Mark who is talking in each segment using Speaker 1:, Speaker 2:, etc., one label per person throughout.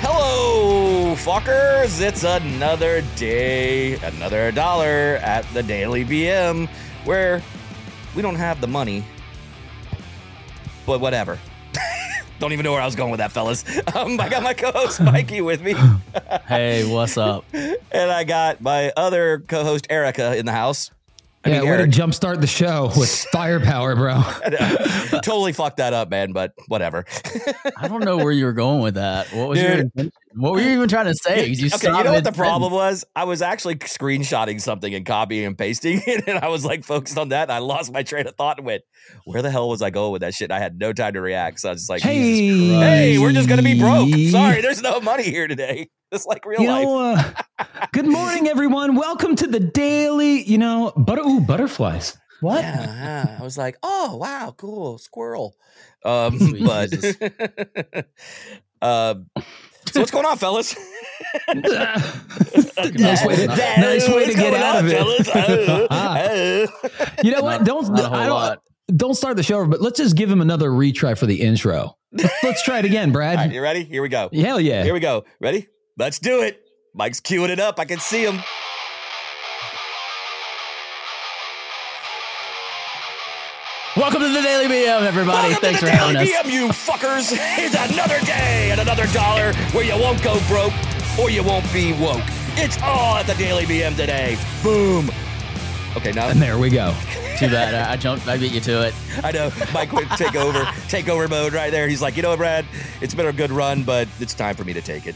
Speaker 1: Hello, fuckers. It's another day, another dollar at the Daily BM where we don't have the money, but whatever. don't even know where I was going with that, fellas. Um, I got my co host Mikey with me,
Speaker 2: Hey, what's up?
Speaker 1: and I got my other co host Erica in the house. I
Speaker 3: yeah,
Speaker 1: mean,
Speaker 3: way
Speaker 1: Eric.
Speaker 3: to jumpstart the show with firepower, bro.
Speaker 1: totally fucked that up, man, but whatever.
Speaker 2: I don't know where you were going with that. What was your
Speaker 1: Dude.
Speaker 2: intention? What were you even trying to say? 'Cause
Speaker 1: okay,
Speaker 2: stopped
Speaker 1: you know what the
Speaker 2: mid-sentence.
Speaker 1: problem was? I was actually screenshotting something and copying and pasting it, and I was like focused on that. And I lost my train of thought and went, "Where the hell was I going with that shit?" I had no time to react, so I was just like, Jesus.
Speaker 3: hey,
Speaker 1: "Hey, we're just gonna be broke. Sorry, there's no money here today. It's like real
Speaker 3: You
Speaker 1: life."
Speaker 3: know, uh, good morning, everyone. Welcome to the daily. You know, butter. Ooh, butterflies. What?
Speaker 1: Yeah, yeah. I was like, "Oh wow, cool squirrel," um,
Speaker 2: Sweet
Speaker 1: but.
Speaker 2: Jesus.
Speaker 1: uh, so what's going on, fellas?
Speaker 3: nice way to,
Speaker 1: Dad,
Speaker 3: nice way
Speaker 1: what's
Speaker 3: to get
Speaker 1: going
Speaker 3: out
Speaker 1: on,
Speaker 3: of
Speaker 1: fellas?
Speaker 3: it.
Speaker 1: Uh, uh.
Speaker 3: you know what?
Speaker 2: Not-
Speaker 3: Don't
Speaker 2: not a whole
Speaker 3: I don't,
Speaker 2: lot.
Speaker 3: don't start the show, over, but let's just give him another retry for the intro. Let's, let's try it again,
Speaker 1: All right,
Speaker 3: Brad.
Speaker 1: you ready? Here we go.
Speaker 3: Hell yeah.
Speaker 1: Here we go. Ready? Let's do it. Mike's queuing it up. I can see him.
Speaker 2: Welcome to the Daily BM, everybody.
Speaker 1: Welcome
Speaker 2: Thanks
Speaker 1: to
Speaker 2: for
Speaker 1: the
Speaker 2: having
Speaker 1: Daily
Speaker 2: us.
Speaker 1: BM, you fuckers. It's another day and another dollar where you won't go broke or you won't be woke. It's all at the Daily BM today. Boom. Okay, now
Speaker 3: And there we go.
Speaker 2: Too bad I, I jumped. I beat you to it.
Speaker 1: I know Mike would take over, take over mode right there. He's like, you know what, Brad? It's been a good run, but it's time for me to take it.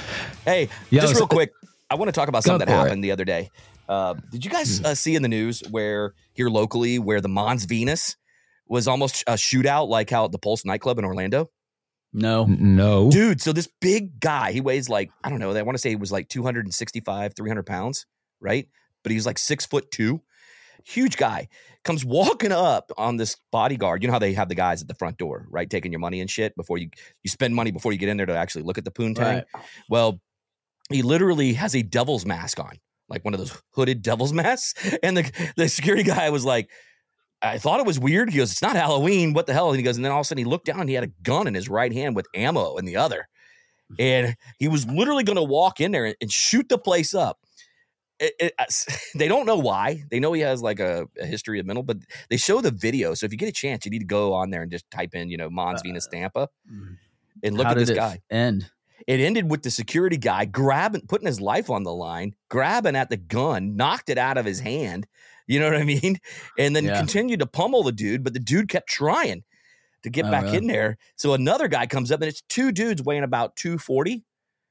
Speaker 1: hey,
Speaker 3: Yo,
Speaker 1: just
Speaker 3: so-
Speaker 1: real quick, I want to talk about
Speaker 3: Go
Speaker 1: something that
Speaker 3: for it. Hmm.
Speaker 1: happened the other day. Uh, did you guys uh, see in the news where here locally where the Mons Venus was almost a shootout, like how at the Pulse nightclub in Orlando? Mm,
Speaker 2: No.
Speaker 3: No.
Speaker 1: dude so this big guy he weighs like i don't know i want to say he was like 265 300 pounds right but he was like six foot two huge guy comes walking up on this bodyguard you know how they have the guys at the front door right taking your money and shit before you you spend money before you get in there to actually look at the poontang
Speaker 2: Right.
Speaker 1: well he literally has a devil's mask on like one of those hooded devil's masks and the, the security guy was like I thought it was weird. He goes, It's not Halloween. What the hell? And he goes, and then all of a sudden he looked down and he had a gun in his right hand with ammo in the other.
Speaker 2: Mm-hmm.
Speaker 1: And he was literally going to walk in there and, and shoot the place up. It- it- I s- they don't know why. They know he has like a, a history of mental, but they show the video. So if you get a chance, you need to go on there and just type in, you know, Mons
Speaker 2: Uh, mm-hmm.
Speaker 1: Venus Stampa and look
Speaker 2: How
Speaker 1: at
Speaker 2: did
Speaker 1: this
Speaker 2: it
Speaker 1: guy.
Speaker 2: End.
Speaker 1: It ended with the security guy grabbing, putting his life on the line, grabbing at the gun, knocked it out of his hand. You know what I mean? And then
Speaker 2: Yeah.
Speaker 1: continued to pummel the dude, but the dude kept trying to get
Speaker 2: Oh,
Speaker 1: back
Speaker 2: really?
Speaker 1: in there. So another guy comes up, and it's two dudes weighing about 240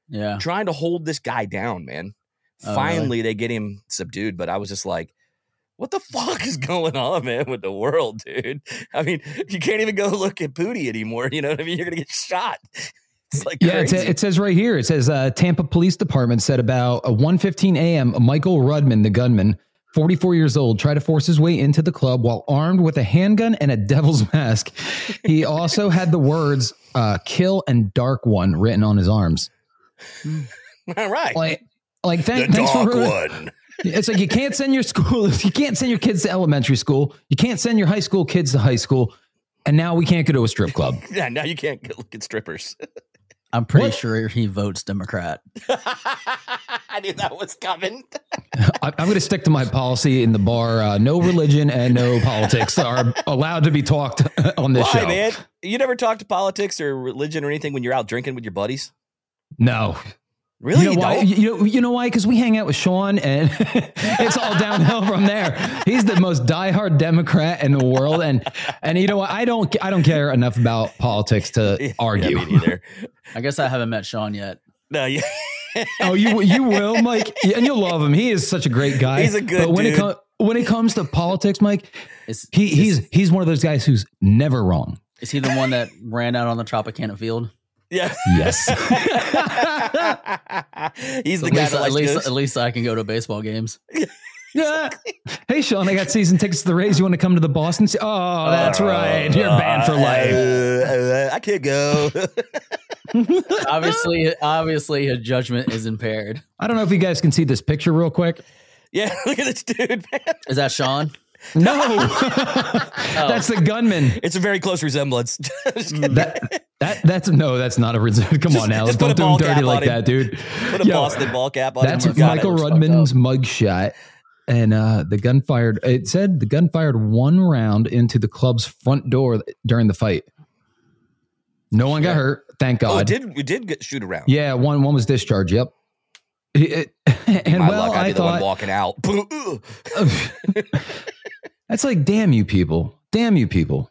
Speaker 2: Yeah.
Speaker 1: trying to hold this guy down, man.
Speaker 2: Uh. Oh, really?
Speaker 1: Finally, they get him subdued, but I was just like, what the fuck is going on, man, with the world, dude? I mean, you can't even go look at Pootie anymore. You know what I mean? You're going to get shot. It's like,
Speaker 3: Yeah, it,
Speaker 1: crazy.
Speaker 3: sa- it says right here. It says uh, Tampa Police Department said about uh, 1:15 a.m. Michael Rudman, the gunman, 44 years old, tried to force his way into the club while armed with a handgun and a devil's mask. He also had the words uh, "kill" and "dark one" written on his arms.
Speaker 1: All right.
Speaker 3: Like, like thank, thanks for ruining-
Speaker 1: one.
Speaker 3: It's like you can't send your school. You can't send your kids to elementary school. You can't send your high school kids to high school. And now we can't go to a strip club.
Speaker 1: Yeah, now you can't go look at strippers.
Speaker 2: I'm pretty
Speaker 3: What?
Speaker 2: sure he votes Democrat.
Speaker 1: I knew that was coming.
Speaker 3: I- I'm going to stick to my policy in the bar. Uh, no religion and no politics are allowed to be talked on this
Speaker 1: Why,
Speaker 3: show.
Speaker 1: man? You never talk to politics or religion or anything when you're out drinking with your buddies?
Speaker 3: No,
Speaker 1: Really?
Speaker 3: you know why?
Speaker 1: don't?
Speaker 3: You know, you know why? Because we hang out with Sean, and it's all downhill from there. He's the most diehard Democrat in the world, and and you know what? I don't I don't care enough about politics to argue.
Speaker 1: Yeah, me neither.
Speaker 2: I guess I haven't met Sean yet.
Speaker 1: No, yeah.
Speaker 3: oh, you you will, Mike, Yeah, and you'll love him. He is such a great guy.
Speaker 1: He's a good
Speaker 3: But when
Speaker 1: dude.
Speaker 3: it comes when it comes to politics, Mike,
Speaker 2: Is
Speaker 3: he, he's he's one of those guys who's never wrong.
Speaker 2: is he the one that ran out on the Tropicana field?
Speaker 1: yeah.
Speaker 3: Yes.
Speaker 1: He's the
Speaker 2: at
Speaker 1: guy
Speaker 2: least,
Speaker 1: that
Speaker 2: at
Speaker 1: likes
Speaker 2: least,
Speaker 1: goose.
Speaker 3: uh,
Speaker 2: at least I can go to baseball games.
Speaker 3: Yeah. Hey, Sean, I got season tickets to the Rays. You want to come to the Boston? Se- Oh, that's right. You're banned for
Speaker 1: Uh,
Speaker 3: life.
Speaker 1: uh, uh, I can't go.
Speaker 2: obviously, obviously, his judgment is impaired.
Speaker 3: I don't know if you guys can see this picture real quick.
Speaker 1: yeah, look at this dude, man.
Speaker 2: Is that Sean?
Speaker 3: No,
Speaker 1: Oh.
Speaker 3: that's the gunman.
Speaker 1: It's a very close resemblance. Just kidding.
Speaker 3: That that that's no, that's not a reason. Come
Speaker 1: Just-
Speaker 3: on, Alex,
Speaker 1: just put a
Speaker 3: don't do
Speaker 1: ball
Speaker 3: him dirty
Speaker 1: cap
Speaker 3: like
Speaker 1: on him.
Speaker 3: that, dude.
Speaker 1: Put a
Speaker 3: Yo,
Speaker 1: Boston ball cap on.
Speaker 3: That's
Speaker 1: him. You got
Speaker 3: Michael
Speaker 1: it.
Speaker 2: fucked
Speaker 3: Rudman's mugshot. And uh, the gun fired. It said the gun fired one round into the club's front door during the fight. No one got
Speaker 1: Shit.
Speaker 3: hurt, thank
Speaker 1: Oh, it
Speaker 3: God.
Speaker 1: did we did get shoot around?
Speaker 3: yeah, one one was discharged. Yep. It- it- and
Speaker 1: My
Speaker 3: well,
Speaker 1: luck, I'd
Speaker 3: I
Speaker 1: be the one
Speaker 3: thought
Speaker 1: walking out. Ugh.
Speaker 3: that's like, damn you people, damn you people.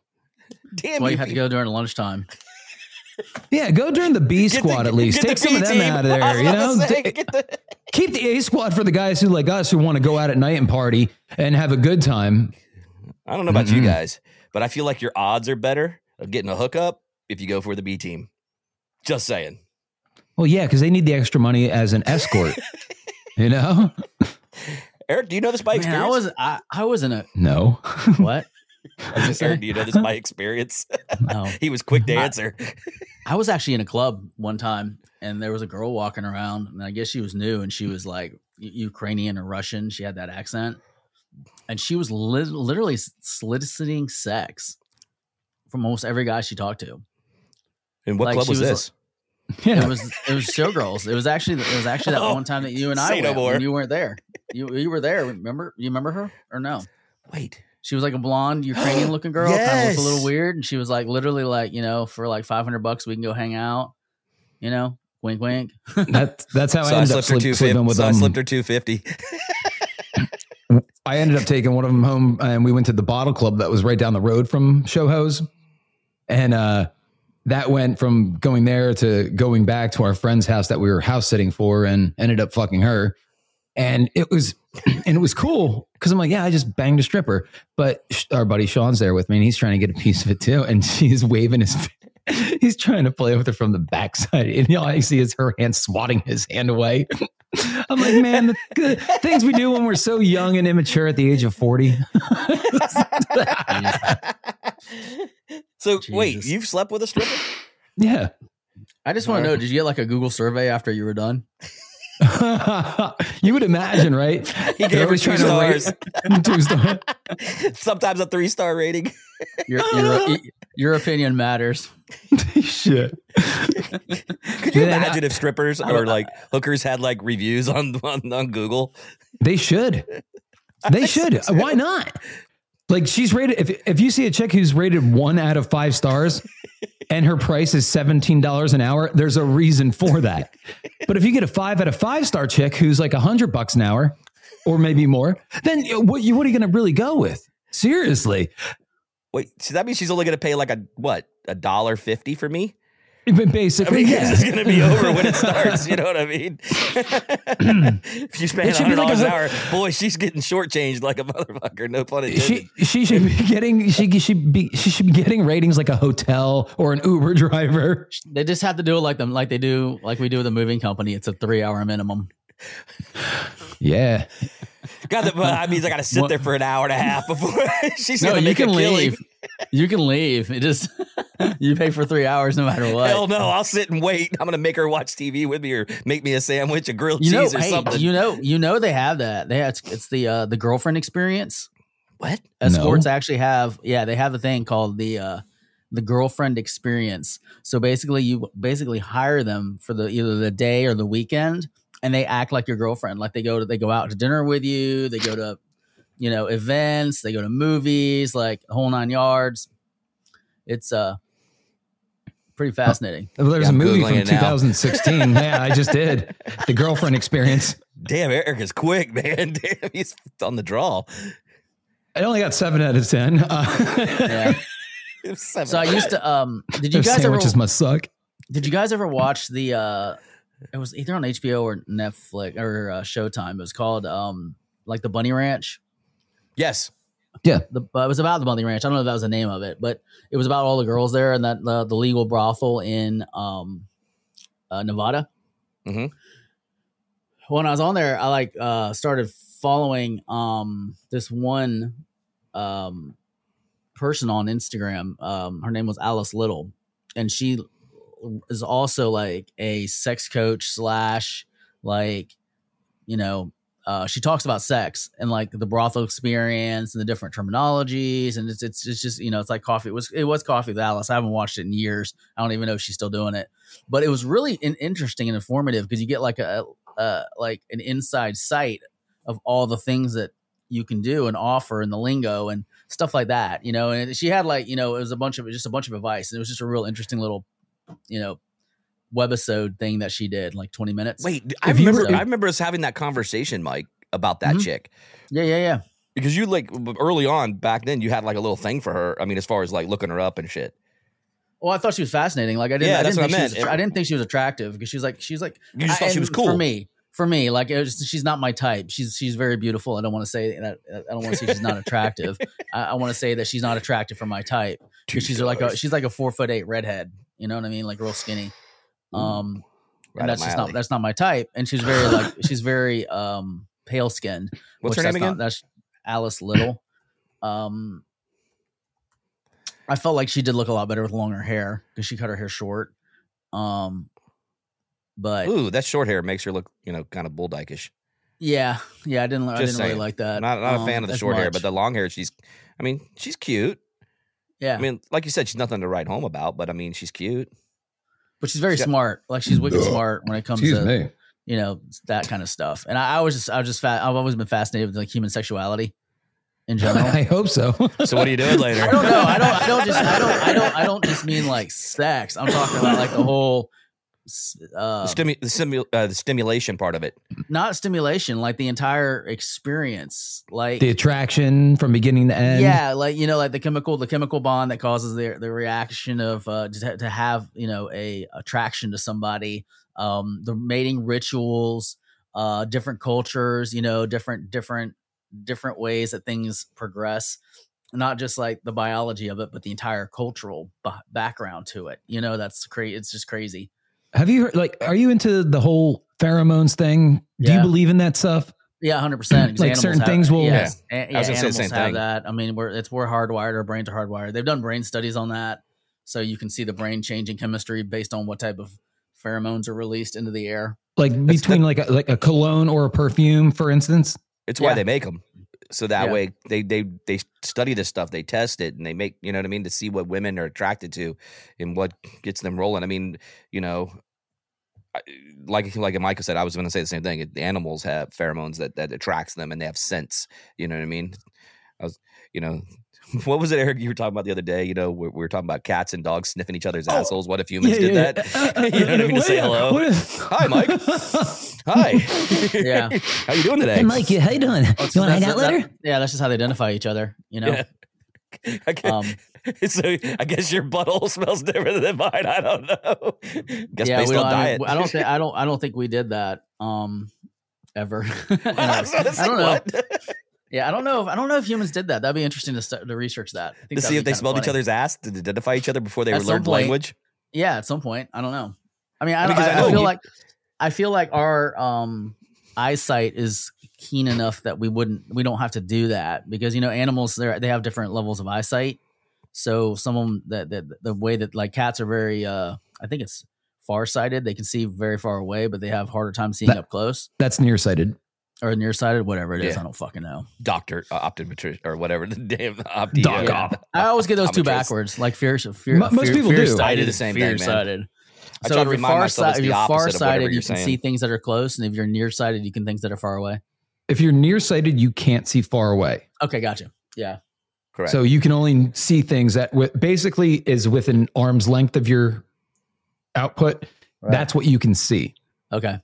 Speaker 1: Damn
Speaker 2: That's why
Speaker 1: you
Speaker 2: you have to
Speaker 1: people.
Speaker 2: go during lunchtime.
Speaker 3: Yeah, go during the B
Speaker 1: Get the-
Speaker 3: squad at least.
Speaker 1: get the
Speaker 3: Take some of
Speaker 1: B
Speaker 3: them
Speaker 1: team.
Speaker 3: out of
Speaker 1: I was
Speaker 3: there. You
Speaker 1: about to
Speaker 3: know,
Speaker 1: say,
Speaker 3: D-
Speaker 1: get the-
Speaker 3: keep the A squad for the guys who like us who want to go out at night and party and have a good time.
Speaker 1: I don't know about you
Speaker 3: Mm-mm.
Speaker 1: guys, but I feel like your odds are better of getting a hookup if you go for the B team. Just saying.
Speaker 3: Well, yeah, because they need the extra money as an escort. you know?
Speaker 1: Eric, do you know this by
Speaker 2: Man,
Speaker 1: experience?
Speaker 2: I was I, I was in a
Speaker 3: No.
Speaker 2: what?
Speaker 1: I was just Eric, do you know this by experience?
Speaker 2: No.
Speaker 1: he was quick to
Speaker 2: I-
Speaker 1: answer.
Speaker 2: I was actually in a club one time and there was a girl walking around and I guess she was new and she was like U- Ukrainian or Russian. She had that accent and she was lit literally s- soliciting sex from almost every guy she talked to.
Speaker 1: And what
Speaker 2: Like,
Speaker 1: club
Speaker 2: she
Speaker 1: was,
Speaker 2: was
Speaker 1: this?
Speaker 2: It
Speaker 3: Yeah.
Speaker 2: was it was showgirls. It was actually it was actually that
Speaker 1: Oh,
Speaker 2: one time that you and I
Speaker 1: say no
Speaker 2: went when
Speaker 1: more.
Speaker 2: you weren't there. You you were there. Remember you remember her or no?
Speaker 1: Wait.
Speaker 2: She was like a blonde Ukrainian looking girl, kind of looked a
Speaker 1: Yes.
Speaker 2: little weird, and she was like literally like you know for like five hundred bucks we can go hang out, you know, wink wink.
Speaker 3: That, that's how
Speaker 1: So
Speaker 3: I
Speaker 1: I
Speaker 3: ended up
Speaker 1: slipped her
Speaker 3: slip,
Speaker 1: 250.
Speaker 3: slipping with
Speaker 1: So I
Speaker 3: them.
Speaker 1: slipped her 250.
Speaker 3: I ended up taking one of them home and we went to the bottle club that was right down the road from Showho's. And uh, that went from going there to going back to our friend's house that we were house sitting for and ended up fucking her. And it was, and it was cool because I'm like, yeah, I just banged a stripper. But sh- our buddy Sean's there with me and he's trying to get a piece of it too. And she's waving his, he's trying to play with her from the backside. And all I see is her hand swatting his hand away. I'm like, man, the good things we do when we're so young and immature at the age of 40.
Speaker 1: so wait,
Speaker 2: Jesus.
Speaker 1: you've slept with a stripper?
Speaker 3: yeah.
Speaker 2: I just want to know,
Speaker 1: Alright.
Speaker 2: did you get like a Google survey after you were done?
Speaker 3: you would imagine, right?
Speaker 1: He
Speaker 3: They're
Speaker 1: gave her
Speaker 3: always
Speaker 1: two
Speaker 3: trying to
Speaker 1: stars.
Speaker 3: rate- two star.
Speaker 1: Sometimes a three star rating.
Speaker 2: Your your, your opinion matters.
Speaker 3: Shit.
Speaker 1: Could you
Speaker 3: Yeah, and I-
Speaker 1: imagine if strippers or like hookers had like reviews on on, on Google?
Speaker 3: They should. They should. Why not? Like she's rated if if you see a chick who's rated one out of five stars and her price is $17 an hour, there's a reason for that. But if you get a five out of five star chick who's like a hundred bucks an hour or maybe more, then what you what are you gonna really go with? Seriously.
Speaker 1: Wait, so that means she's only going to pay like a what a dollar fifty for me?
Speaker 3: But
Speaker 1: I
Speaker 3: basically,
Speaker 1: mean,
Speaker 3: yeah.
Speaker 1: it's going to be over when it starts. You know what I mean? if you spend
Speaker 3: It should be
Speaker 1: hundred
Speaker 3: like
Speaker 1: dollars
Speaker 3: a
Speaker 1: an hour,
Speaker 3: hun-
Speaker 1: boy, she's getting shortchanged like a motherfucker. No pun intended.
Speaker 3: she she should be getting she should be she should be getting ratings like a hotel or an Uber driver.
Speaker 2: They just have to do it like them, like they do, like we do with a moving company. It's a three hour minimum.
Speaker 3: Yeah,
Speaker 1: God, that, but I mean, I got to sit there for an hour and a half before she's
Speaker 2: No,
Speaker 1: going to
Speaker 2: you
Speaker 1: make
Speaker 2: can
Speaker 1: a killing.
Speaker 2: leave. You can leave. It just you pay for three hours no matter what.
Speaker 1: Hell no, I'll sit and wait. I'm going to make her watch TV with me or make me a sandwich, a grilled
Speaker 2: you know,
Speaker 1: cheese or
Speaker 2: hey,
Speaker 1: something.
Speaker 2: you know, you know they have that. They have, it's, it's the uh, the girlfriend experience.
Speaker 1: what?
Speaker 2: Escorts
Speaker 3: No.
Speaker 2: actually have yeah, they have a thing called the uh, the girlfriend experience. So basically, you basically hire them for the either the day or the weekend, and they act like your girlfriend. Like they go to they go out to dinner with you. They go to you know events. They go to movies, like the whole nine yards. It's uh pretty fascinating.
Speaker 3: well, there's
Speaker 1: Yeah,
Speaker 3: a
Speaker 1: I'm
Speaker 3: movie
Speaker 1: Googling
Speaker 3: from
Speaker 1: it now.
Speaker 3: 2016. yeah, I just did the girlfriend experience.
Speaker 1: Damn, Eric is quick, man. Damn, he's on the draw.
Speaker 3: I only got seven out of ten. Uh,
Speaker 2: Yeah.
Speaker 1: Seven
Speaker 2: So I used to um. Did you
Speaker 3: those
Speaker 2: guys ever
Speaker 3: sandwiches must suck.
Speaker 2: Did you guys ever watch the? uh It was either on HBO or Netflix or uh, Showtime. It was called um like the Bunny Ranch.
Speaker 1: Yes.
Speaker 2: The but it was about the Bunny Ranch. I don't know if that was the name of it, but it was about all the girls there and that the the legal brothel in um uh, Nevada.
Speaker 1: Mhm.
Speaker 2: When I was on there, I like uh started following um this one um person on Instagram. Um, her name was Alice Little, and she is also like a sex coach slash like you know uh, she talks about sex and like the brothel experience and the different terminologies and it's it's it's just you know it's like coffee it was it was coffee with Alice I haven't watched it in years I don't even know if she's still doing it but it was really in- interesting and informative because you get like a, a like an inside sight of all the things that you can do and offer and the lingo and stuff like that you know and she had like you know it was a bunch of just a bunch of advice and it was just a real interesting little you know webisode thing that she did like 20 minutes
Speaker 1: Wait, I
Speaker 3: If you
Speaker 1: remember.
Speaker 3: were-
Speaker 1: I remember us having that conversation, Mike, about that
Speaker 2: Mhm.
Speaker 1: chick
Speaker 2: yeah yeah yeah
Speaker 1: because you like w- early on back then you had like a little thing for her. I mean, as far as like looking her up and shit.
Speaker 2: Well, I thought she was fascinating. Like I didn't,
Speaker 1: Yeah,
Speaker 2: I
Speaker 1: that's
Speaker 2: didn't
Speaker 1: what
Speaker 2: think
Speaker 1: I
Speaker 2: she was,
Speaker 1: meant.
Speaker 2: attra- I didn't think she was attractive because she was like, she was like,
Speaker 1: You just
Speaker 2: I-
Speaker 1: thought she
Speaker 2: and
Speaker 1: was cool.
Speaker 2: for me. For me, like it was, she's not my type. She's she's very beautiful. I don't want to say that. I don't want to say she's not attractive. I, I want to say that she's not attractive for my type. 'Cause she's like a
Speaker 1: guys.
Speaker 2: she's like a four foot eight redhead. You know what I mean? Like real skinny. Um,
Speaker 1: Right up
Speaker 2: and that's
Speaker 1: my
Speaker 2: just
Speaker 1: alley.
Speaker 2: not that's not my type. And she's very like she's very um pale skinned.
Speaker 1: What's her name
Speaker 2: which that's
Speaker 1: again?
Speaker 2: Not, that's Alice Little. um, I felt like she did look a lot better with longer hair because she cut her hair short. Um, but
Speaker 1: Ooh, that short hair makes her look, you know, kind of bull dykish.
Speaker 2: yeah, yeah, I didn't. I
Speaker 1: Just
Speaker 2: didn't
Speaker 1: saying.
Speaker 2: really like that.
Speaker 1: Not not a
Speaker 2: um,
Speaker 1: fan of the
Speaker 2: as
Speaker 1: short hair, but
Speaker 2: much.
Speaker 1: the long hair. She's, I mean, she's cute.
Speaker 2: yeah,
Speaker 1: I mean, like you said, she's nothing to write home about, but I mean, she's cute.
Speaker 2: but she's very
Speaker 1: she-
Speaker 2: smart. Like she's wicked smart when it comes
Speaker 3: Excuse
Speaker 2: to
Speaker 3: me.
Speaker 2: you know that kind of stuff. And I, I was just, I was just, fa- I've always been fascinated with like human sexuality in general.
Speaker 3: I hope so.
Speaker 1: So what are you doing later?
Speaker 2: I don't know. I don't. I don't just. I don't. I don't. I don't just mean like sex. I'm talking about like the whole, s-
Speaker 1: The,
Speaker 2: uh,
Speaker 1: stimu- the, simu- uh, the stimulation part of it.
Speaker 2: not stimulation, like the entire experience. Like
Speaker 3: the attraction from beginning to end.
Speaker 2: yeah, like you know, like the chemical, the chemical bond that causes the the reaction of uh, to, ha- to have you know a attraction to somebody. Um, the mating rituals, uh, different cultures, you know, different different different ways that things progress. Not just like the biology of it, but the entire cultural b- background to it. You know, that's crazy. It's just crazy.
Speaker 3: Have you heard, like, are you into the whole pheromones thing? Do
Speaker 2: Yeah.
Speaker 3: you believe in that stuff?
Speaker 2: Yeah, hundred percent.
Speaker 3: Like certain things will-
Speaker 2: Yes, yeah.
Speaker 1: I was gonna say the
Speaker 2: animals
Speaker 1: same
Speaker 2: have
Speaker 1: thing.
Speaker 2: that. I mean, we're it's we're hardwired. Our brains are hardwired. They've done brain studies on that, so you can see the brain changing chemistry based on what type of pheromones are released into the air.
Speaker 3: Like
Speaker 1: That's
Speaker 3: between like a, like a cologne or a perfume, for instance.
Speaker 1: It's why
Speaker 2: Yeah.
Speaker 1: they make them. So that
Speaker 2: Yeah.
Speaker 1: way they they they study this stuff, they test it, and they make you know what I mean to see what women are attracted to, and what gets them rolling. I mean, you know, I- like like Michael said, I was going to say the same thing. It- Animals have pheromones that that attracts them, and they have scents. You know what I mean? I was, you know, what was it, Eric? You were talking about the other day. You know, we, we were talking about cats and dogs sniffing each other's
Speaker 3: Oh,
Speaker 1: assholes. What if humans did that? you know what I mean? To say hello. Hi, Mike. Hi.
Speaker 2: Yeah.
Speaker 1: How you doing today?
Speaker 3: you, how you doing?
Speaker 2: Oh, so that's- that- yeah, that's just how they identify each other. You know,
Speaker 1: Yeah. I can't-
Speaker 2: um,
Speaker 1: so I guess your butthole smells different than mine. I don't know. Guess
Speaker 2: yeah,
Speaker 1: based
Speaker 2: we don't,
Speaker 1: on
Speaker 2: I,
Speaker 1: diet.
Speaker 2: mean, I don't think I don't I don't think we did that um ever.
Speaker 1: So it's
Speaker 2: I
Speaker 1: like,
Speaker 2: don't know.
Speaker 1: what?
Speaker 2: Yeah, I don't know. If, I don't know if humans did that. That'd be interesting to, stu- to research that. I think
Speaker 1: to
Speaker 2: that'd
Speaker 1: see
Speaker 2: be
Speaker 1: if they
Speaker 2: kinda
Speaker 1: smelled each
Speaker 2: funny.
Speaker 1: other's ass to identify each other before they
Speaker 2: At
Speaker 1: learned
Speaker 2: some point-
Speaker 1: language.
Speaker 2: Yeah, at some point. I don't know. I mean, I, don't,
Speaker 1: Because
Speaker 2: I,
Speaker 1: I know
Speaker 2: I feel
Speaker 1: you-
Speaker 2: like I feel like our um, eyesight is keen enough that we wouldn't we don't have to do that because you know animals they they have different levels of eyesight. So some of them that that the way that like cats are very uh I think it's farsighted. They can see very far away, but they have harder time seeing
Speaker 3: That-
Speaker 2: up close
Speaker 3: That's nearsighted.
Speaker 2: or nearsighted, whatever it is.
Speaker 1: Yeah.
Speaker 2: I don't fucking know.
Speaker 1: Doctor uh, optometrist or whatever the damn opti.
Speaker 3: Doc
Speaker 1: yeah.
Speaker 3: op.
Speaker 2: I always get those two
Speaker 1: Optometrist.
Speaker 2: backwards, like fear, fear,
Speaker 3: Mo- most
Speaker 2: fear-
Speaker 3: people do.
Speaker 2: fear-sighted,
Speaker 1: I do the same thing, man.
Speaker 2: fear-sighted.
Speaker 1: I
Speaker 2: so
Speaker 1: try to
Speaker 2: if you're
Speaker 1: remind myself it's
Speaker 2: farsighted, if
Speaker 1: the
Speaker 2: you're
Speaker 1: opposite of whatever
Speaker 2: farsighted,
Speaker 1: you're
Speaker 2: you can see
Speaker 1: saying.
Speaker 2: things that are close, and if you're nearsighted, you can things that are far away.
Speaker 3: If you're nearsighted, you can't see far away.
Speaker 2: Okay, gotcha. Yeah,
Speaker 1: Correct.
Speaker 3: So you can only see things that wi- basically is within arm's length of your output.
Speaker 2: Right.
Speaker 3: That's what you can see.
Speaker 2: okay.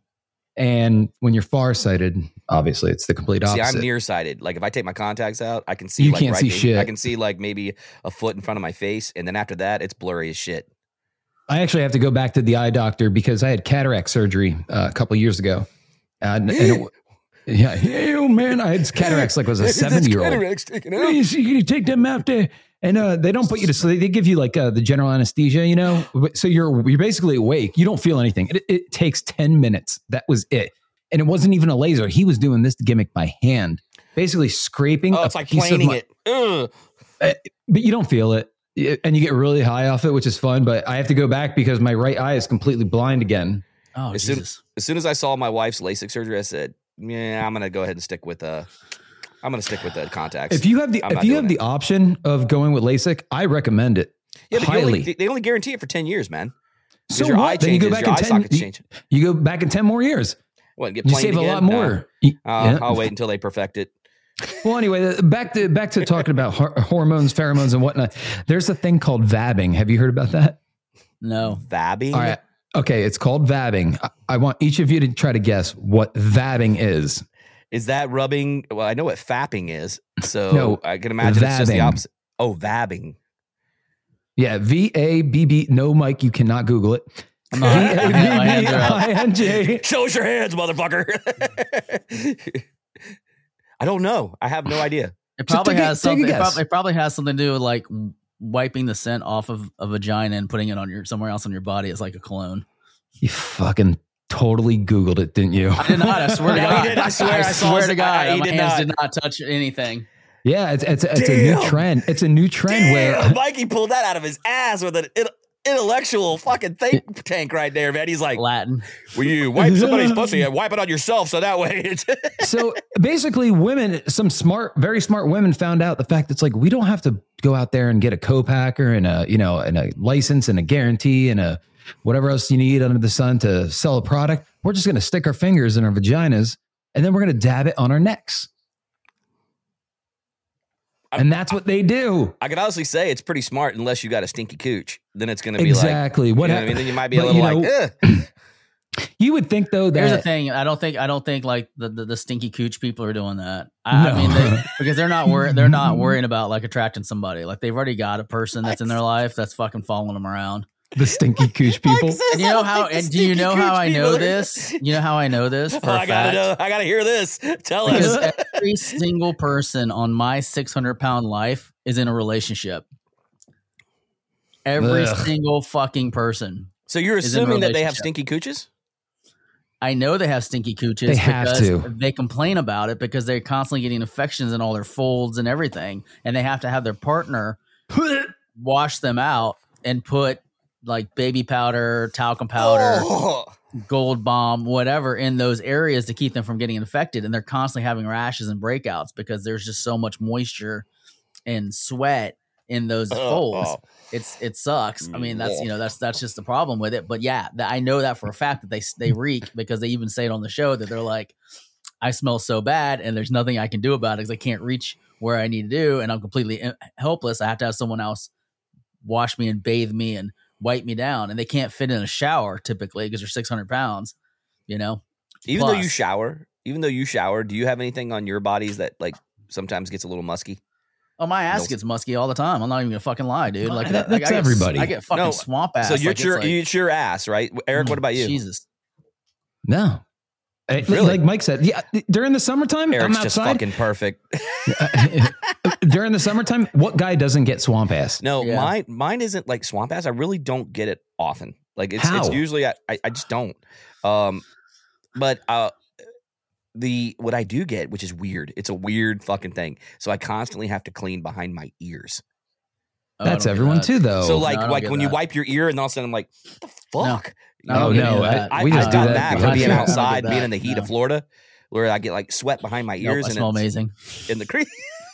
Speaker 3: And when you're farsighted, obviously it's the complete
Speaker 1: See,
Speaker 3: opposite.
Speaker 1: I'm nearsighted. Like if I take my contacts out, I can see.
Speaker 3: You
Speaker 1: like,
Speaker 3: can't
Speaker 1: right
Speaker 3: see
Speaker 1: be- I
Speaker 3: shit.
Speaker 1: can see like maybe a foot in front of my face, and then after that, it's blurry as shit.
Speaker 3: I actually have to go back to the eye doctor because I had cataract surgery uh, a couple years ago. Uh, and- and it- yeah, ew, man, I had cataracts like I was a
Speaker 1: That's
Speaker 3: seven year old.
Speaker 1: cataracts taken out.
Speaker 3: You, see, you take them out there, and uh, they don't put you to sleep. They give you like uh, the general anesthesia, you know. So you're you're basically awake. You don't feel anything. It, it takes ten minutes. That was it, and it wasn't even a laser. He was doing this gimmick by hand, basically scraping.
Speaker 1: Oh,
Speaker 3: a
Speaker 1: it's like
Speaker 3: piece of
Speaker 1: planing
Speaker 3: my-
Speaker 1: it. Ugh.
Speaker 3: but you don't feel it Y- and you get really high off it which is fun but i have to go back because my right eye is completely blind again
Speaker 2: Oh
Speaker 1: As soon-
Speaker 2: Jesus.
Speaker 1: As soon as I saw my wife's LASIK surgery, I said, yeah, I'm gonna go ahead and stick with uh, I'm gonna stick with the contacts.
Speaker 3: If you have the
Speaker 1: I'm
Speaker 3: if
Speaker 1: not
Speaker 3: you
Speaker 1: doing
Speaker 3: have the option of going with LASIK, I recommend it.
Speaker 1: yeah, but you only-
Speaker 3: highly.
Speaker 1: they- they only guarantee it for ten years, man. 'Cause
Speaker 3: So
Speaker 1: your eye
Speaker 3: what? Then you go
Speaker 1: changes,
Speaker 3: back
Speaker 1: your
Speaker 3: in
Speaker 1: eye
Speaker 3: ten.
Speaker 1: sockets
Speaker 3: You,
Speaker 1: change.
Speaker 3: you go back in ten more years.
Speaker 1: What, get
Speaker 3: You
Speaker 1: planed
Speaker 3: save a
Speaker 1: again?
Speaker 3: lot
Speaker 1: No.
Speaker 3: more. You-
Speaker 1: Uh,
Speaker 3: yeah.
Speaker 1: I'll wait until they perfect it.
Speaker 3: Well, anyway, the- back to back to talking about hor- hormones, pheromones, and whatnot. There's a thing called vabbing. Have you heard about that?
Speaker 2: No.
Speaker 1: Vabbing.
Speaker 3: Oh. All right. Okay, it's called vabbing. I, I want each of you to try to guess what vabbing is.
Speaker 1: Is that rubbing? Well, I know what fapping is, so
Speaker 3: No,
Speaker 1: I can imagine it's just the
Speaker 3: vabbing.
Speaker 1: opposite. Oh, vabbing.
Speaker 3: Yeah, V A B B. No, Mike, you cannot Google it.
Speaker 2: I'm
Speaker 3: V
Speaker 2: not, I
Speaker 3: A B
Speaker 2: had
Speaker 3: B
Speaker 2: my hands are up.
Speaker 3: I N G.
Speaker 1: Show us your hands, motherfucker. I don't know. I have no idea.
Speaker 2: It
Speaker 3: Just
Speaker 2: probably
Speaker 3: take a-
Speaker 2: has
Speaker 3: take a
Speaker 2: something. It
Speaker 3: guess.
Speaker 2: probably, it probably has something to do with like wiping the scent off of a vagina and putting it on your somewhere else on your body. It's like a cologne.
Speaker 3: You fucking totally Googled it, didn't you?
Speaker 2: I did not. I swear to
Speaker 1: No, he
Speaker 2: God.
Speaker 1: didn't. I swear, I saw
Speaker 2: swear
Speaker 1: his-
Speaker 2: to God.
Speaker 1: I- he
Speaker 2: my
Speaker 1: did
Speaker 2: hands
Speaker 1: not.
Speaker 2: did not touch anything.
Speaker 3: Yeah, it's it's, it's a new
Speaker 1: Damn.
Speaker 3: trend. It's a new trend
Speaker 1: Damn,
Speaker 3: where
Speaker 1: Mikey pulled that out of his ass with an in- intellectual fucking think tank right there, man. He's like,
Speaker 2: Latin.
Speaker 1: "Will you wipe somebody's pussy and wipe it on yourself so that way it's."
Speaker 3: so basically women some smart very smart women found out the fact it's like we don't have to go out there and get a co-packer and a you know and a license and a guarantee and a whatever else you need under the sun to sell a product we're just going to stick our fingers in our vaginas and then we're going to dab it on our necks
Speaker 1: I'm-
Speaker 3: and that's what they do
Speaker 1: I can honestly say it's pretty smart unless you got a stinky cooch. Then it's going to be like,
Speaker 3: exactly
Speaker 1: you
Speaker 3: what
Speaker 1: know what I
Speaker 3: hap-
Speaker 1: mean, then you might be a
Speaker 3: but
Speaker 1: little
Speaker 3: you
Speaker 1: like,
Speaker 3: know-
Speaker 1: "Ugh."
Speaker 3: you would think though that
Speaker 2: Here's the thing. I don't think I don't think like the, the, the stinky cooch people are doing that. I,
Speaker 3: No.
Speaker 2: I mean, they, because they're not worried. They're not worrying about like attracting somebody. Like they've already got a person that's in their life that's fucking following them around.
Speaker 3: the stinky cooch people
Speaker 2: And you know how? And do you know how I know this? You know how I know this for
Speaker 1: Oh,
Speaker 2: a
Speaker 1: I gotta
Speaker 2: fact?
Speaker 1: know. I gotta hear this. Tell
Speaker 2: Because
Speaker 1: us.
Speaker 2: every single person on my 600 pound life is in a relationship. Every
Speaker 3: Ugh.
Speaker 2: single fucking person.
Speaker 1: So you're
Speaker 2: is in a
Speaker 1: assuming that they have
Speaker 2: relationship.
Speaker 1: stinky cooches?
Speaker 2: I know they have stinky cooches.
Speaker 3: They have
Speaker 2: because
Speaker 3: to.
Speaker 2: They complain about it because they're constantly getting infections in all their folds and everything, and they have to have their partner wash them out and put like baby powder, talcum powder,
Speaker 1: Oh.
Speaker 2: gold bomb, whatever in those areas to keep them from getting infected. And they're constantly having rashes and breakouts because there's just so much moisture and sweat in those folds.
Speaker 1: Oh.
Speaker 2: It's it sucks. I mean, that's you know that's that's just the problem with it. But yeah, that, I know that for a fact that they they reek because they even say it on the show that they're like, I smell so bad and there's nothing I can do about it because I can't reach where I need to do and I'm completely in- helpless. I have to have someone else wash me and bathe me and wipe me down, and they can't fit in a shower typically because they're 600 pounds. You know,
Speaker 1: Even though you
Speaker 2: Plus.
Speaker 1: shower, even though you shower, do you have anything on your bodies that like sometimes gets a little musky?
Speaker 2: oh my ass
Speaker 1: Nope.
Speaker 2: gets musky all the time. I'm not even gonna fucking lie, dude. Like
Speaker 3: That-
Speaker 2: like,
Speaker 3: that's
Speaker 2: I get,
Speaker 3: everybody.
Speaker 2: I get fucking
Speaker 1: No,
Speaker 2: swamp ass.
Speaker 1: so you're
Speaker 2: Like, it's
Speaker 1: your
Speaker 2: like, mm,
Speaker 1: it's your ass, right? Eric, what about you?
Speaker 2: Jesus.
Speaker 3: no Eh, like-
Speaker 1: Really?
Speaker 3: like mike said yeah during the summertime
Speaker 1: Eric's
Speaker 3: i'm
Speaker 1: just
Speaker 3: outside
Speaker 1: fucking perfect.
Speaker 3: during the summertime, what guy doesn't get swamp ass?
Speaker 1: No,
Speaker 2: Yeah.
Speaker 1: mine mine isn't like swamp ass. I really don't get it often. Like it's
Speaker 3: How?
Speaker 1: it's usually I, I, I just don't. Um but uh the what I do get, which is weird, it's a weird fucking thing. So I constantly have to clean behind my ears.
Speaker 2: Oh, I
Speaker 3: That's
Speaker 2: don't get
Speaker 3: everyone
Speaker 2: that.
Speaker 3: too, though.
Speaker 1: so like
Speaker 2: Oh, no, I don't
Speaker 1: like
Speaker 2: get
Speaker 1: when you
Speaker 2: that.
Speaker 1: wipe your ear and all of a sudden I'm like, what the
Speaker 2: No.
Speaker 1: fuck? You
Speaker 2: I
Speaker 1: know?
Speaker 2: don't
Speaker 3: oh
Speaker 2: get any
Speaker 3: no,
Speaker 2: of
Speaker 3: I-
Speaker 2: that.
Speaker 1: I,
Speaker 3: we
Speaker 1: I've
Speaker 3: just do
Speaker 1: done
Speaker 3: that.
Speaker 1: that,
Speaker 3: for
Speaker 1: from
Speaker 2: I
Speaker 1: being
Speaker 2: don't
Speaker 1: outside,
Speaker 2: get
Speaker 1: being
Speaker 2: that,
Speaker 1: in the heat
Speaker 2: no.
Speaker 1: of Florida, where I get like sweat behind my ears
Speaker 2: Nope, I
Speaker 1: and
Speaker 2: smell
Speaker 1: it's
Speaker 2: amazing.
Speaker 1: in the creek.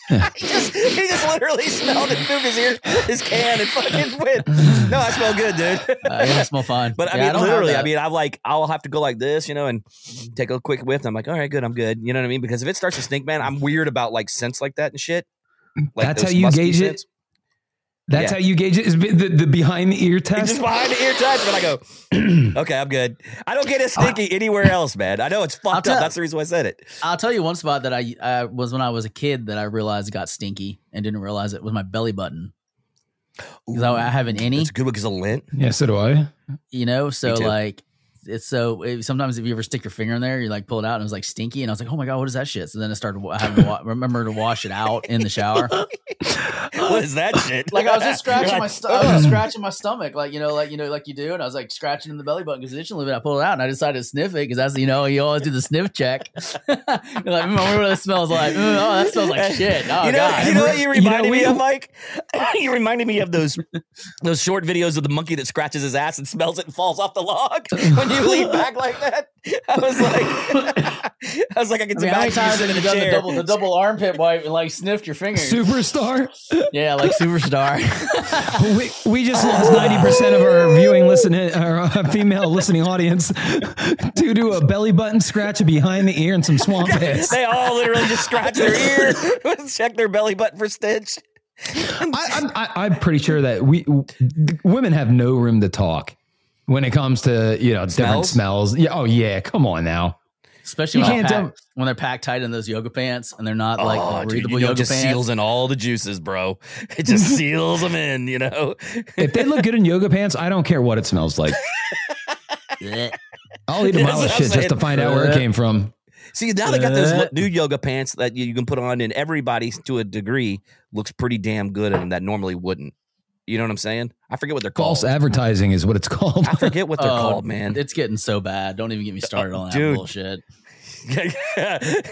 Speaker 1: he, just, he just literally smelled it through his ear, his can, and fucking went. No, I smell good, dude.
Speaker 2: Uh, yeah, I smell fine.
Speaker 1: But I
Speaker 2: Yeah,
Speaker 1: mean,
Speaker 2: don't have
Speaker 1: literally, I
Speaker 2: that.
Speaker 1: mean, I'm like, I'll have to go like this, you know, and take a quick whiff. And I'm like, all right, good, I'm good. You know what I mean? Because if it starts to stink, man, I'm weird about like scents like that and shit.
Speaker 3: That's
Speaker 1: those
Speaker 3: how you
Speaker 1: musky
Speaker 3: gauge it?
Speaker 1: scents.
Speaker 3: That's
Speaker 1: Yeah.
Speaker 3: how you gauge it. Is be- the, the behind the ear
Speaker 1: It's
Speaker 3: test?
Speaker 1: just behind the ear touch, but I go, okay, I'm good. I don't get as stinky anywhere else, man. I know it's fucked
Speaker 2: tell-
Speaker 1: up. That's the reason why I said it.
Speaker 2: I'll tell you one spot that I uh, was when I was a kid that I realized got stinky and didn't realize it was my belly button. Because I, I haven't any,
Speaker 1: It's a good because of lint.
Speaker 3: Yeah, so do I.
Speaker 2: you know. So
Speaker 1: too.
Speaker 2: like, it's so it, sometimes if you ever stick your finger in there, you like pull it out and it was like stinky, and I was like, oh my god, what is that shit? So then I started wa- having to wa- remember to wash it out in the shower.
Speaker 1: What is that shit?
Speaker 2: like I was just scratching
Speaker 1: You're
Speaker 2: my
Speaker 1: like,
Speaker 2: st- I was just scratching my stomach, like you know, like you know, like you do, and I was like scratching in the belly button because initially when I pulled it out, and I decided to sniff it because that's you know you always do the sniff check. You're like, mm, I remember what it smells like? Mm, oh, that smells like shit. Oh
Speaker 1: you know,
Speaker 2: god.
Speaker 1: you know what you
Speaker 3: You know,
Speaker 1: reminded
Speaker 3: we-
Speaker 1: me of, Mike? you reminded me of those those short videos of the monkey that scratches his ass and smells it and falls off the log when you lean back like that. I was like, I was like, I can
Speaker 2: I mean, how many
Speaker 1: imagine you
Speaker 2: times have
Speaker 1: sitting
Speaker 2: you
Speaker 1: in a
Speaker 2: done the
Speaker 1: chair.
Speaker 2: double, the double armpit wipe and like sniffed your fingers?
Speaker 3: Superstar.
Speaker 2: yeah, like superstar.
Speaker 3: We, we just lost ninety percent of our viewing listen our uh, female listening audience due to a belly button scratch behind the ear and some swamp ass.
Speaker 1: They all literally just scratch their ear, check their belly button for stitch.
Speaker 3: I, I'm, I, I'm pretty sure that we w- women have no room to talk when it comes to you know different smells. Yeah. Oh yeah. Come on now.
Speaker 2: Especially
Speaker 3: You
Speaker 2: when, they're
Speaker 3: can't
Speaker 2: packed, when they're packed tight in those yoga pants and they're not like
Speaker 1: oh,
Speaker 2: the
Speaker 1: dude,
Speaker 2: breathable
Speaker 1: you know, it
Speaker 2: yoga
Speaker 1: just
Speaker 2: pants.
Speaker 1: seals in all the juices, bro. It just seals them in, you know.
Speaker 3: If they look good in yoga pants, I don't care what it smells like.
Speaker 2: Blech.
Speaker 3: I'll eat a
Speaker 1: That's
Speaker 3: mile
Speaker 1: what
Speaker 3: of
Speaker 1: I'm
Speaker 3: shit just
Speaker 1: saying.
Speaker 3: to find out where it came from.
Speaker 1: See, now they got those
Speaker 2: Uh.
Speaker 1: lo- new yoga pants that you, you can put on, and everybody to a degree looks pretty damn good in them that normally wouldn't. You know what I'm saying? I forget what they're called.
Speaker 3: False advertising is what it's called.
Speaker 1: I forget what they're
Speaker 2: Oh,
Speaker 1: called, man.
Speaker 2: It's getting so bad. Don't even get me started on that
Speaker 1: dude.
Speaker 2: bullshit.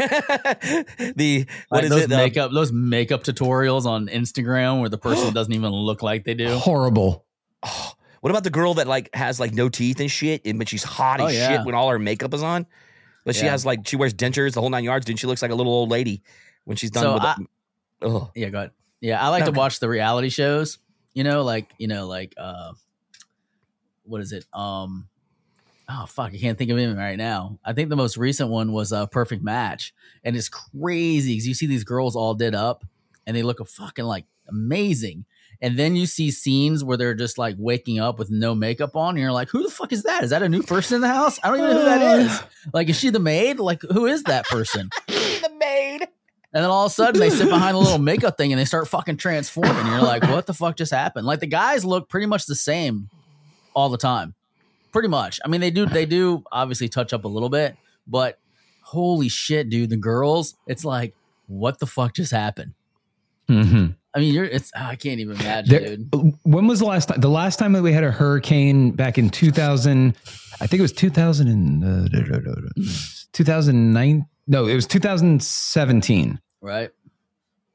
Speaker 1: the what
Speaker 2: Like
Speaker 1: is
Speaker 2: those
Speaker 1: it? Uh,
Speaker 2: makeup, those makeup tutorials on Instagram where the person doesn't even look like they do.
Speaker 3: Horrible.
Speaker 1: oh, what about the girl that like has like no teeth and shit, and but she's hot
Speaker 2: Oh,
Speaker 1: as
Speaker 2: yeah.
Speaker 1: shit when all her makeup is on. But she
Speaker 2: Yeah.
Speaker 1: has like she wears dentures the whole nine yards, dude. She looks like a little old lady when she's done
Speaker 2: So
Speaker 1: with.
Speaker 2: I-
Speaker 1: the, Ugh.
Speaker 2: Yeah, go ahead. Yeah, I like to
Speaker 1: Okay.
Speaker 2: watch the reality shows. You know, like you know, like uh, what is it? Um, oh fuck, I can't think of him right now. I think the most recent one was a uh, Perfect Match, and it's crazy because you see these girls all did up, and they look a fucking like amazing. And then you see scenes where they're just like waking up with no makeup on, and you're like, "Who the fuck is that? Is that a new person in the house? I don't even know who that is. Like, is she the maid? Like, who is that person?"
Speaker 1: the maid.
Speaker 2: And then all of a sudden they sit behind a little makeup thing and they start fucking transforming. You're like, what the fuck just happened? Like the guys look pretty much the same all the time. Pretty much. I mean, they do they do obviously touch up a little bit, but holy shit, dude, the girls, it's like, what the fuck just happened?
Speaker 3: Mm-hmm.
Speaker 2: I mean, you're it's I can't even imagine,
Speaker 3: There- uh,
Speaker 2: dude.
Speaker 3: When was the last time? The last time that we had a hurricane back in 2000, I think it was 2000 and uh, da- da- da- da- 2009. No, it was 2017.
Speaker 2: Right?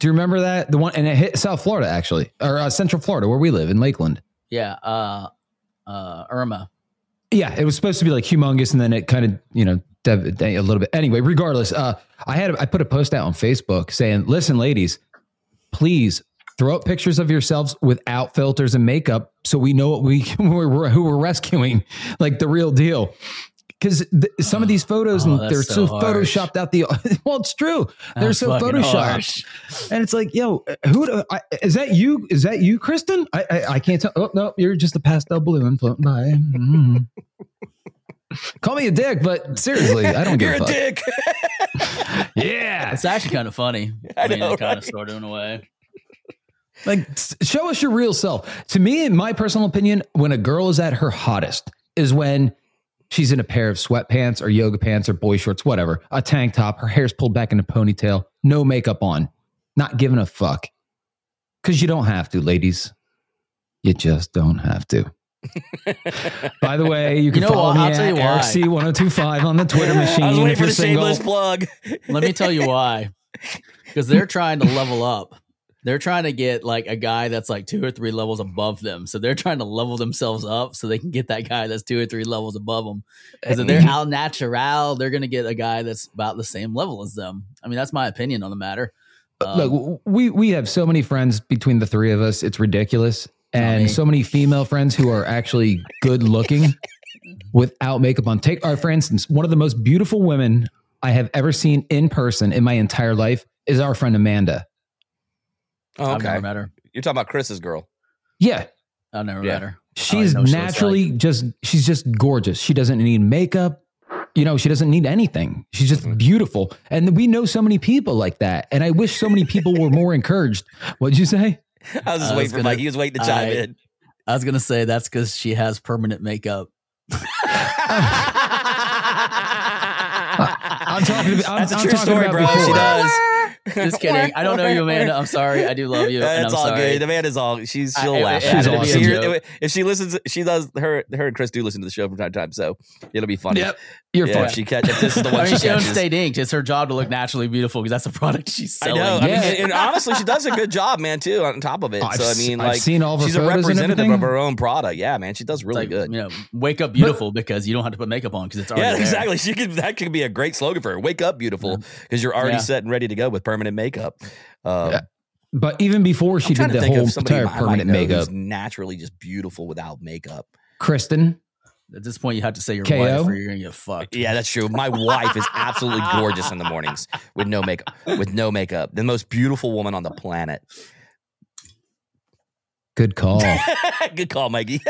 Speaker 3: Do you remember that? The one, and it hit South Florida actually, or uh, Central Florida, where we live in Lakeland.
Speaker 2: Yeah. Uh uh Irma.
Speaker 3: Yeah, it was supposed to be like humongous, and then it kind of you know dev- a little bit. Anyway, regardless, uh, I had I put a post out on Facebook saying, "Listen, ladies, please throw up pictures of yourselves without filters and makeup, so we know what we we're, who we're rescuing, like the real deal." Because th- some of these photos
Speaker 2: Oh,
Speaker 3: and
Speaker 2: that's
Speaker 3: they're so,
Speaker 2: so harsh.
Speaker 3: photoshopped out the. Well, it's true. They're
Speaker 2: That's
Speaker 3: so
Speaker 2: fucking
Speaker 3: photoshopped.
Speaker 2: harsh.
Speaker 3: And it's like, yo, who do, I, is that? You is that you, Kristen? I I, I can't tell. Oh no, you're just a pastel balloon floating by. Mm. Call me a dick, but seriously, I don't
Speaker 1: You're
Speaker 3: give
Speaker 1: a
Speaker 3: a fuck.
Speaker 1: dick.
Speaker 3: Yeah,
Speaker 2: It's actually kind of funny.
Speaker 1: I
Speaker 2: mean,
Speaker 1: know,
Speaker 2: kind
Speaker 1: right?
Speaker 2: of sort of in a way.
Speaker 3: like s- show us your real self. To me, in my personal opinion, when a girl is at her hottest is when she's in a pair of sweatpants or yoga pants or boy shorts, whatever, a tank top, her hair's pulled back in a ponytail, no makeup on, not giving a fuck. Because you don't have to, ladies. You just don't have to. By the way, you can
Speaker 2: know
Speaker 3: follow
Speaker 2: what?
Speaker 3: me
Speaker 2: I'll tell
Speaker 3: at
Speaker 2: you why.
Speaker 3: RC1025 on the Twitter machine.
Speaker 1: I was waiting
Speaker 3: if
Speaker 1: for
Speaker 3: you're
Speaker 1: the
Speaker 3: single.
Speaker 1: shameless plug.
Speaker 2: Let me tell you why. Because they're trying to level up. They're trying to get like a guy that's like two or three levels above them. So they're trying to level themselves up so they can get that guy that's two or three levels above them. Because if they're al natural, they're going to get a guy that's about the same level as them. I mean, that's my opinion on the matter. Um,
Speaker 3: Uh, Look, w- we we have so many friends between the three of us. It's ridiculous, and
Speaker 2: Johnny.
Speaker 3: so many female friends who are actually good looking without makeup on. Take, or for instance, one of the most beautiful women I have ever seen in person in my entire life is our friend Amanda.
Speaker 1: Oh,
Speaker 2: I've never
Speaker 1: okay.
Speaker 2: met her.
Speaker 1: You're talking about Chris's girl.
Speaker 3: Yeah,
Speaker 2: I've never
Speaker 1: Yeah.
Speaker 2: met her.
Speaker 3: she's
Speaker 2: Oh, know what she looks
Speaker 3: naturally just she's just gorgeous. She doesn't need makeup. You know, she doesn't need anything. She's just
Speaker 2: Mm-hmm.
Speaker 1: Mhm.
Speaker 3: beautiful, and we know so many people like that. And I wish so many people were more encouraged. What'd you say?
Speaker 1: I was just
Speaker 2: I was
Speaker 1: waiting for
Speaker 2: gonna-
Speaker 1: Mike. He was waiting to chime
Speaker 2: I-
Speaker 1: in.
Speaker 2: I was going to say that's because she has permanent makeup.
Speaker 3: I'm talking. About, I'm,
Speaker 1: That's a
Speaker 3: I'm
Speaker 1: true
Speaker 3: talking
Speaker 1: story,
Speaker 3: about
Speaker 1: bro. She
Speaker 3: before.
Speaker 1: does.
Speaker 2: Just kidding. I don't know you, Amanda. I'm sorry. I do love you. and
Speaker 1: That's
Speaker 2: I'm
Speaker 1: all
Speaker 2: sorry.
Speaker 1: good. The man is all. She's
Speaker 2: I-
Speaker 1: she'll
Speaker 2: it-
Speaker 1: laugh.
Speaker 2: it
Speaker 1: at it.
Speaker 3: had to be
Speaker 1: If
Speaker 3: a
Speaker 1: she, hears-
Speaker 2: joke.
Speaker 1: if she listens, she does. Her her and Chris do listen to the show from time to time, so it'll be funny.
Speaker 3: Yep. You're
Speaker 1: Yeah,
Speaker 3: fucked.
Speaker 1: if she catch, if this is the one
Speaker 2: I mean,
Speaker 1: she
Speaker 2: she owns
Speaker 1: catches.
Speaker 2: Stay Inked. It's her job to look naturally beautiful because that's the product she's
Speaker 1: I
Speaker 2: selling.
Speaker 1: know. I mean,
Speaker 3: Yeah.
Speaker 1: and, and honestly, she does a good job, man, too, on top of it.
Speaker 3: Oh, I've
Speaker 1: so, I
Speaker 3: s-
Speaker 1: mean,
Speaker 3: I've
Speaker 1: like,
Speaker 3: seen all of her
Speaker 1: she's a
Speaker 3: photos and
Speaker 1: representative
Speaker 3: everything.
Speaker 1: of her own product. Yeah, man, she does
Speaker 2: It's
Speaker 1: really
Speaker 2: like,
Speaker 1: good.
Speaker 2: You know, wake up beautiful because you don't have to put makeup on because it's already
Speaker 1: Yeah,
Speaker 2: there.
Speaker 1: exactly. She could that could be a great slogan for her. Wake up, beautiful, because you're already
Speaker 2: Yeah.
Speaker 1: set and ready to go with permanent makeup. Um,
Speaker 3: Mm-hmm. Yeah. But even before she
Speaker 1: I'm trying
Speaker 3: did
Speaker 1: to
Speaker 3: the
Speaker 1: think
Speaker 3: whole
Speaker 1: of somebody
Speaker 3: entire
Speaker 1: I might
Speaker 3: permanent
Speaker 1: know who's
Speaker 3: makeup,
Speaker 1: naturally just beautiful without makeup.
Speaker 3: Kristen,
Speaker 2: At this point, you have to say your
Speaker 3: KO?
Speaker 2: wife or you're gonna get fucked.
Speaker 1: Yeah, that's true. My wife is absolutely gorgeous in the mornings with no makeup. With no makeup, the most beautiful woman on the planet.
Speaker 3: good call.
Speaker 1: Good call, Mikey.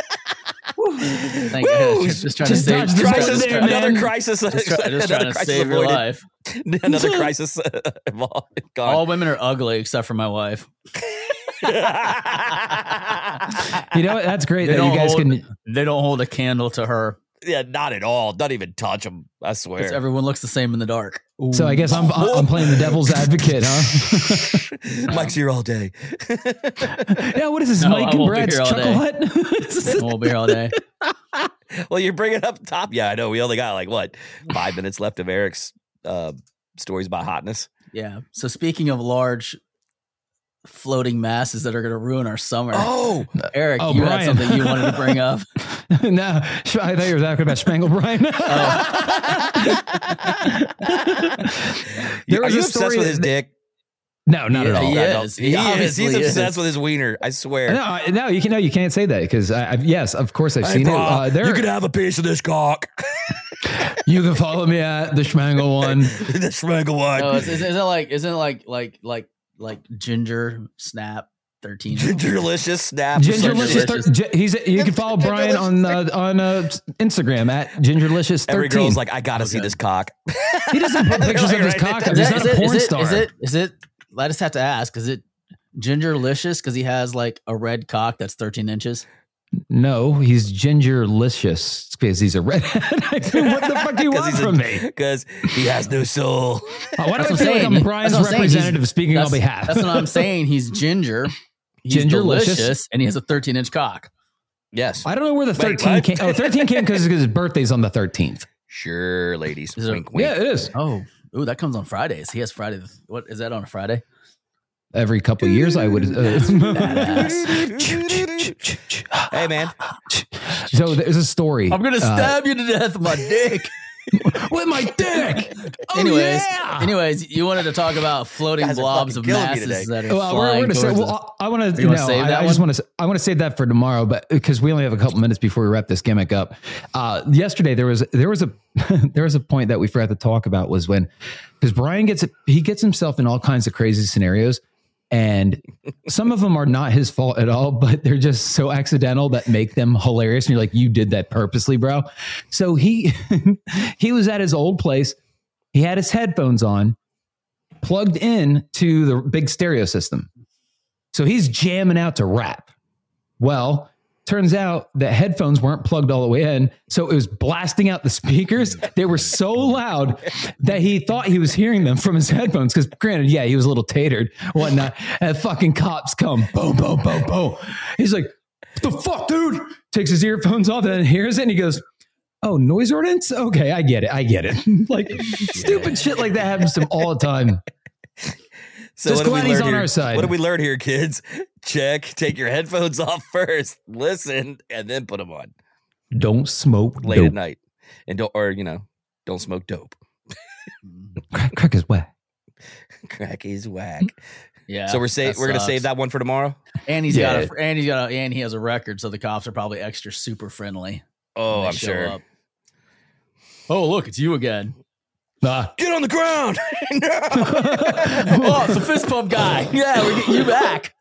Speaker 2: Thank
Speaker 1: Woo!
Speaker 2: you. Just trying
Speaker 3: Just
Speaker 2: to save
Speaker 3: dodge the
Speaker 2: just
Speaker 1: Crisis,
Speaker 3: bullet
Speaker 2: trying-
Speaker 3: there, man.
Speaker 1: another crisis.
Speaker 2: Just, try, just trying
Speaker 1: another
Speaker 2: to
Speaker 1: crisis
Speaker 2: save your
Speaker 1: avoided.
Speaker 2: life.
Speaker 1: Another crisis involved. Gone.
Speaker 2: All women are ugly except for my wife.
Speaker 1: yeah,
Speaker 3: you know what? That's great
Speaker 2: They
Speaker 3: that you
Speaker 2: don't
Speaker 3: guys
Speaker 2: hold-
Speaker 3: can.
Speaker 2: They don't hold a candle to her.
Speaker 1: not at all. Don't even touch him. I swear.
Speaker 2: Because everyone looks the same in the dark.
Speaker 3: So I guess I'm I'm playing the devil's advocate, huh?
Speaker 1: Mike's here all day.
Speaker 3: yeah. What is this,
Speaker 2: No, I
Speaker 3: Mike and
Speaker 2: won't be
Speaker 3: Brad's
Speaker 2: here all
Speaker 3: chuckle
Speaker 2: day.
Speaker 3: hut?
Speaker 2: we'll be here all day.
Speaker 1: well, you bring it up top. Yeah, I know. We only got like what five minutes left of Eric's uh, stories about hotness.
Speaker 2: Yeah. So speaking of large floating masses that are going to ruin our summer,
Speaker 1: Oh,
Speaker 2: Eric,
Speaker 3: Oh,
Speaker 2: you had
Speaker 3: Brian.
Speaker 2: something you wanted to bring up.
Speaker 3: no, sh- I thought you were talking about Spangle Brian.
Speaker 1: Oh.
Speaker 3: Uh, There
Speaker 1: are
Speaker 3: was
Speaker 1: you
Speaker 3: a
Speaker 1: obsessed
Speaker 3: story
Speaker 1: with his
Speaker 3: that-
Speaker 1: dick? Oh,
Speaker 3: No, not at all.
Speaker 2: He
Speaker 1: I don't-
Speaker 2: is.
Speaker 1: He
Speaker 2: He
Speaker 1: is. He's
Speaker 2: obviously is.
Speaker 1: obsessed with his wiener. I swear.
Speaker 3: No, I- no, you can no, you can't say that because I've yes, of course I've
Speaker 1: Hey,
Speaker 3: seen
Speaker 1: bro,
Speaker 3: it. Uh, there,
Speaker 1: Oh, you can have a piece of this cock.
Speaker 3: you can follow me at the Schmangle one.
Speaker 1: the strangle one.
Speaker 2: No, is, is, is it like isn't it like like like like ginger snap thirteen?
Speaker 1: Gingerlicious snap.
Speaker 3: Gingerlicious,
Speaker 2: Gingerlicious.
Speaker 3: thir- Gi- he's you can follow Brian on uh, on uh, Instagram at gingerlicious
Speaker 1: Every
Speaker 3: thirteen.
Speaker 1: girl's like, I gotta see
Speaker 2: Okay.
Speaker 1: this cock.
Speaker 3: he doesn't put pictures of his cock up.
Speaker 2: Is
Speaker 3: He's
Speaker 2: that- is
Speaker 3: not a
Speaker 2: it-
Speaker 3: porn
Speaker 2: is it-
Speaker 3: star.
Speaker 2: Is it is it? I just have to ask. Is it gingerlicious because he has like a red cock that's thirteen inches?
Speaker 3: No, he's gingerlicious because he's a redhead. I mean, what the fuck do you want from me?
Speaker 1: Because he has no soul.
Speaker 3: Uh, why
Speaker 2: That's
Speaker 3: do I
Speaker 2: what I'm
Speaker 3: feel like
Speaker 2: saying.
Speaker 3: I'm Brian's
Speaker 2: That's what I'm saying. He's-
Speaker 3: representative speaking on
Speaker 2: That's-
Speaker 3: behalf?
Speaker 2: That's what I'm saying. He's ginger. He's
Speaker 3: Gingerlicious.
Speaker 2: delicious, and he has a thirteen inch cock.
Speaker 1: Yes.
Speaker 3: I don't know where the
Speaker 1: Wait,
Speaker 3: 13
Speaker 1: what?
Speaker 3: came. Oh, 13 came because his birthday's on the 13th.
Speaker 1: Sure, ladies.
Speaker 2: Is it-
Speaker 1: Wink, wink.
Speaker 3: Yeah, it is.
Speaker 2: Oh, ooh, that comes on Fridays. He has Friday. the- What is that on a Friday?
Speaker 3: Every couple of years, I would. Uh,
Speaker 1: Hey, man.
Speaker 3: so there's a story.
Speaker 2: I'm gonna
Speaker 3: uh,
Speaker 2: stab you to death with my dick.
Speaker 3: with my dick. Oh,
Speaker 2: anyways,
Speaker 3: yeah.
Speaker 2: anyways, you wanted to talk about floating
Speaker 1: Guys are
Speaker 2: blobs
Speaker 1: fucking
Speaker 2: of
Speaker 1: killing me
Speaker 2: masses
Speaker 1: today.
Speaker 2: that are
Speaker 3: Well, we're,
Speaker 2: flying
Speaker 3: we're gonna say,
Speaker 2: towards us.
Speaker 3: well, I want to.
Speaker 2: You
Speaker 3: No,
Speaker 2: wanna save
Speaker 3: I,
Speaker 2: that
Speaker 3: I just want to. I want to save that for tomorrow, but because we only have a couple minutes before we wrap this gimmick up. Uh, yesterday there was there was a there was a point that we forgot to talk about was when because Brian gets he gets himself in all kinds of crazy scenarios, and some of them are not his fault at all, but they're just so accidental that make them hilarious. And you're like, you did that purposely, bro. So he he was at his old place. He had his headphones on, plugged in to the big stereo system. So he's jamming out to rap. Well, turns out that headphones weren't plugged all the way in, so it was blasting out the speakers. They were so loud that he thought he was hearing them from his headphones. Because granted, yeah, he was a little tatered, whatnot. And fucking cops come, boom, boom, boom, boom. He's like, "What "The fuck, dude!" Takes his earphones off and then hears it, and he goes. Oh, noise ordinance? Okay, I get it. I get it. like stupid shit like that happens to him all the time.
Speaker 1: So
Speaker 3: Just
Speaker 1: what did we
Speaker 3: glad he's
Speaker 1: learn
Speaker 3: on
Speaker 1: here?
Speaker 3: our side.
Speaker 1: What did we learn here, kids? Check. Take your headphones off first. Listen, and then put them on
Speaker 3: Don't smoke
Speaker 1: late
Speaker 3: dope.
Speaker 1: at night. And don't, or you know, don't smoke dope.
Speaker 3: Crack, crack is wet.
Speaker 1: Crack is whack.
Speaker 2: Yeah.
Speaker 1: so we're saying
Speaker 2: that
Speaker 1: we're gonna
Speaker 2: sucks.
Speaker 1: save that one for tomorrow.
Speaker 2: And he's
Speaker 3: Yeah.
Speaker 2: got a and he's got a and he has a record, so the cops are probably extra super friendly. when
Speaker 1: Oh,
Speaker 2: they
Speaker 1: I'm
Speaker 2: show
Speaker 1: sure.
Speaker 2: up. Oh, look, it's you again.
Speaker 3: Ah.
Speaker 1: Get on the ground. No.
Speaker 2: oh, it's the fist pump guy. Yeah, we get you back.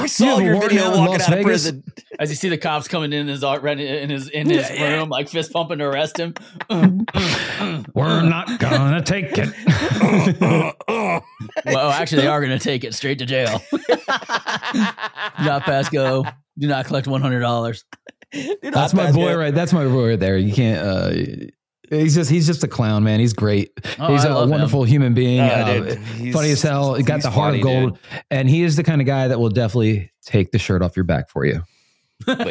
Speaker 1: we saw
Speaker 3: have a
Speaker 1: your
Speaker 3: warrant
Speaker 1: video
Speaker 3: out in
Speaker 1: walking
Speaker 3: Las
Speaker 1: out of
Speaker 3: Vegas?
Speaker 1: prison.
Speaker 2: As you see the cops coming in his art in his in his
Speaker 3: Yeah, yeah.
Speaker 2: room, like fist pumping to arrest him.
Speaker 3: We're not gonna take it.
Speaker 2: Well, actually, they are going to take it straight to jail. Do not pass go. Do not collect one hundred dollars.
Speaker 1: Dude,
Speaker 3: That's
Speaker 1: I
Speaker 3: my
Speaker 1: passed
Speaker 3: boy,
Speaker 1: it.
Speaker 3: right? That's my boy right there. You can't. uh He's just he's just a clown, man. He's great.
Speaker 2: Oh,
Speaker 3: he's
Speaker 2: I
Speaker 3: a
Speaker 2: love
Speaker 3: wonderful human being.
Speaker 1: Oh,
Speaker 3: uh,
Speaker 1: dude, he's-
Speaker 3: funny as hell. He got
Speaker 1: he's
Speaker 3: the heart
Speaker 1: funny,
Speaker 3: of gold, and he is the kind of guy that will definitely take the shirt off your back for you.
Speaker 1: Wait, what?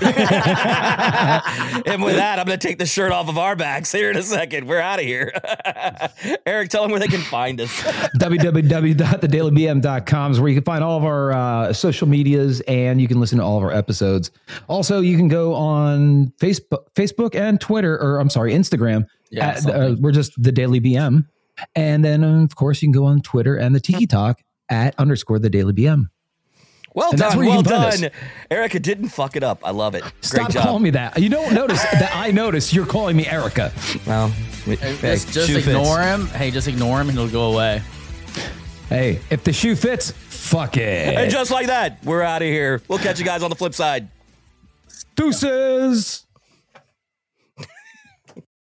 Speaker 1: and with that, I'm going to take the shirt off of our backs here in a second. We're out of here. Eric, tell them where they can find us.
Speaker 3: www.thedailybm.com is where you can find all of our uh, social medias and you can listen to all of our episodes. Also, you can go on Facebook, Facebook and Twitter, or I'm sorry, Instagram.
Speaker 2: Yeah,
Speaker 3: at, uh,
Speaker 2: something.
Speaker 3: we're just the Daily BM, and then um, of course you can go on Twitter and the Tiki Talk at underscore the Daily BM.
Speaker 1: Well
Speaker 3: And that's
Speaker 1: done.
Speaker 3: where you
Speaker 1: Well
Speaker 3: can find us.
Speaker 1: done. Erica didn't fuck it up. I love it.
Speaker 3: Stop
Speaker 1: Great job.
Speaker 3: calling me that. You don't notice that I notice you're calling me Erica.
Speaker 1: Well, we- hey,
Speaker 2: just just
Speaker 1: shoe fits.
Speaker 2: ignore him. Hey, just ignore him and he'll go away.
Speaker 3: Hey, if the shoe fits, fuck it.
Speaker 1: And just like that, we're out of here. We'll catch you guys on the flip side.
Speaker 3: Deuces.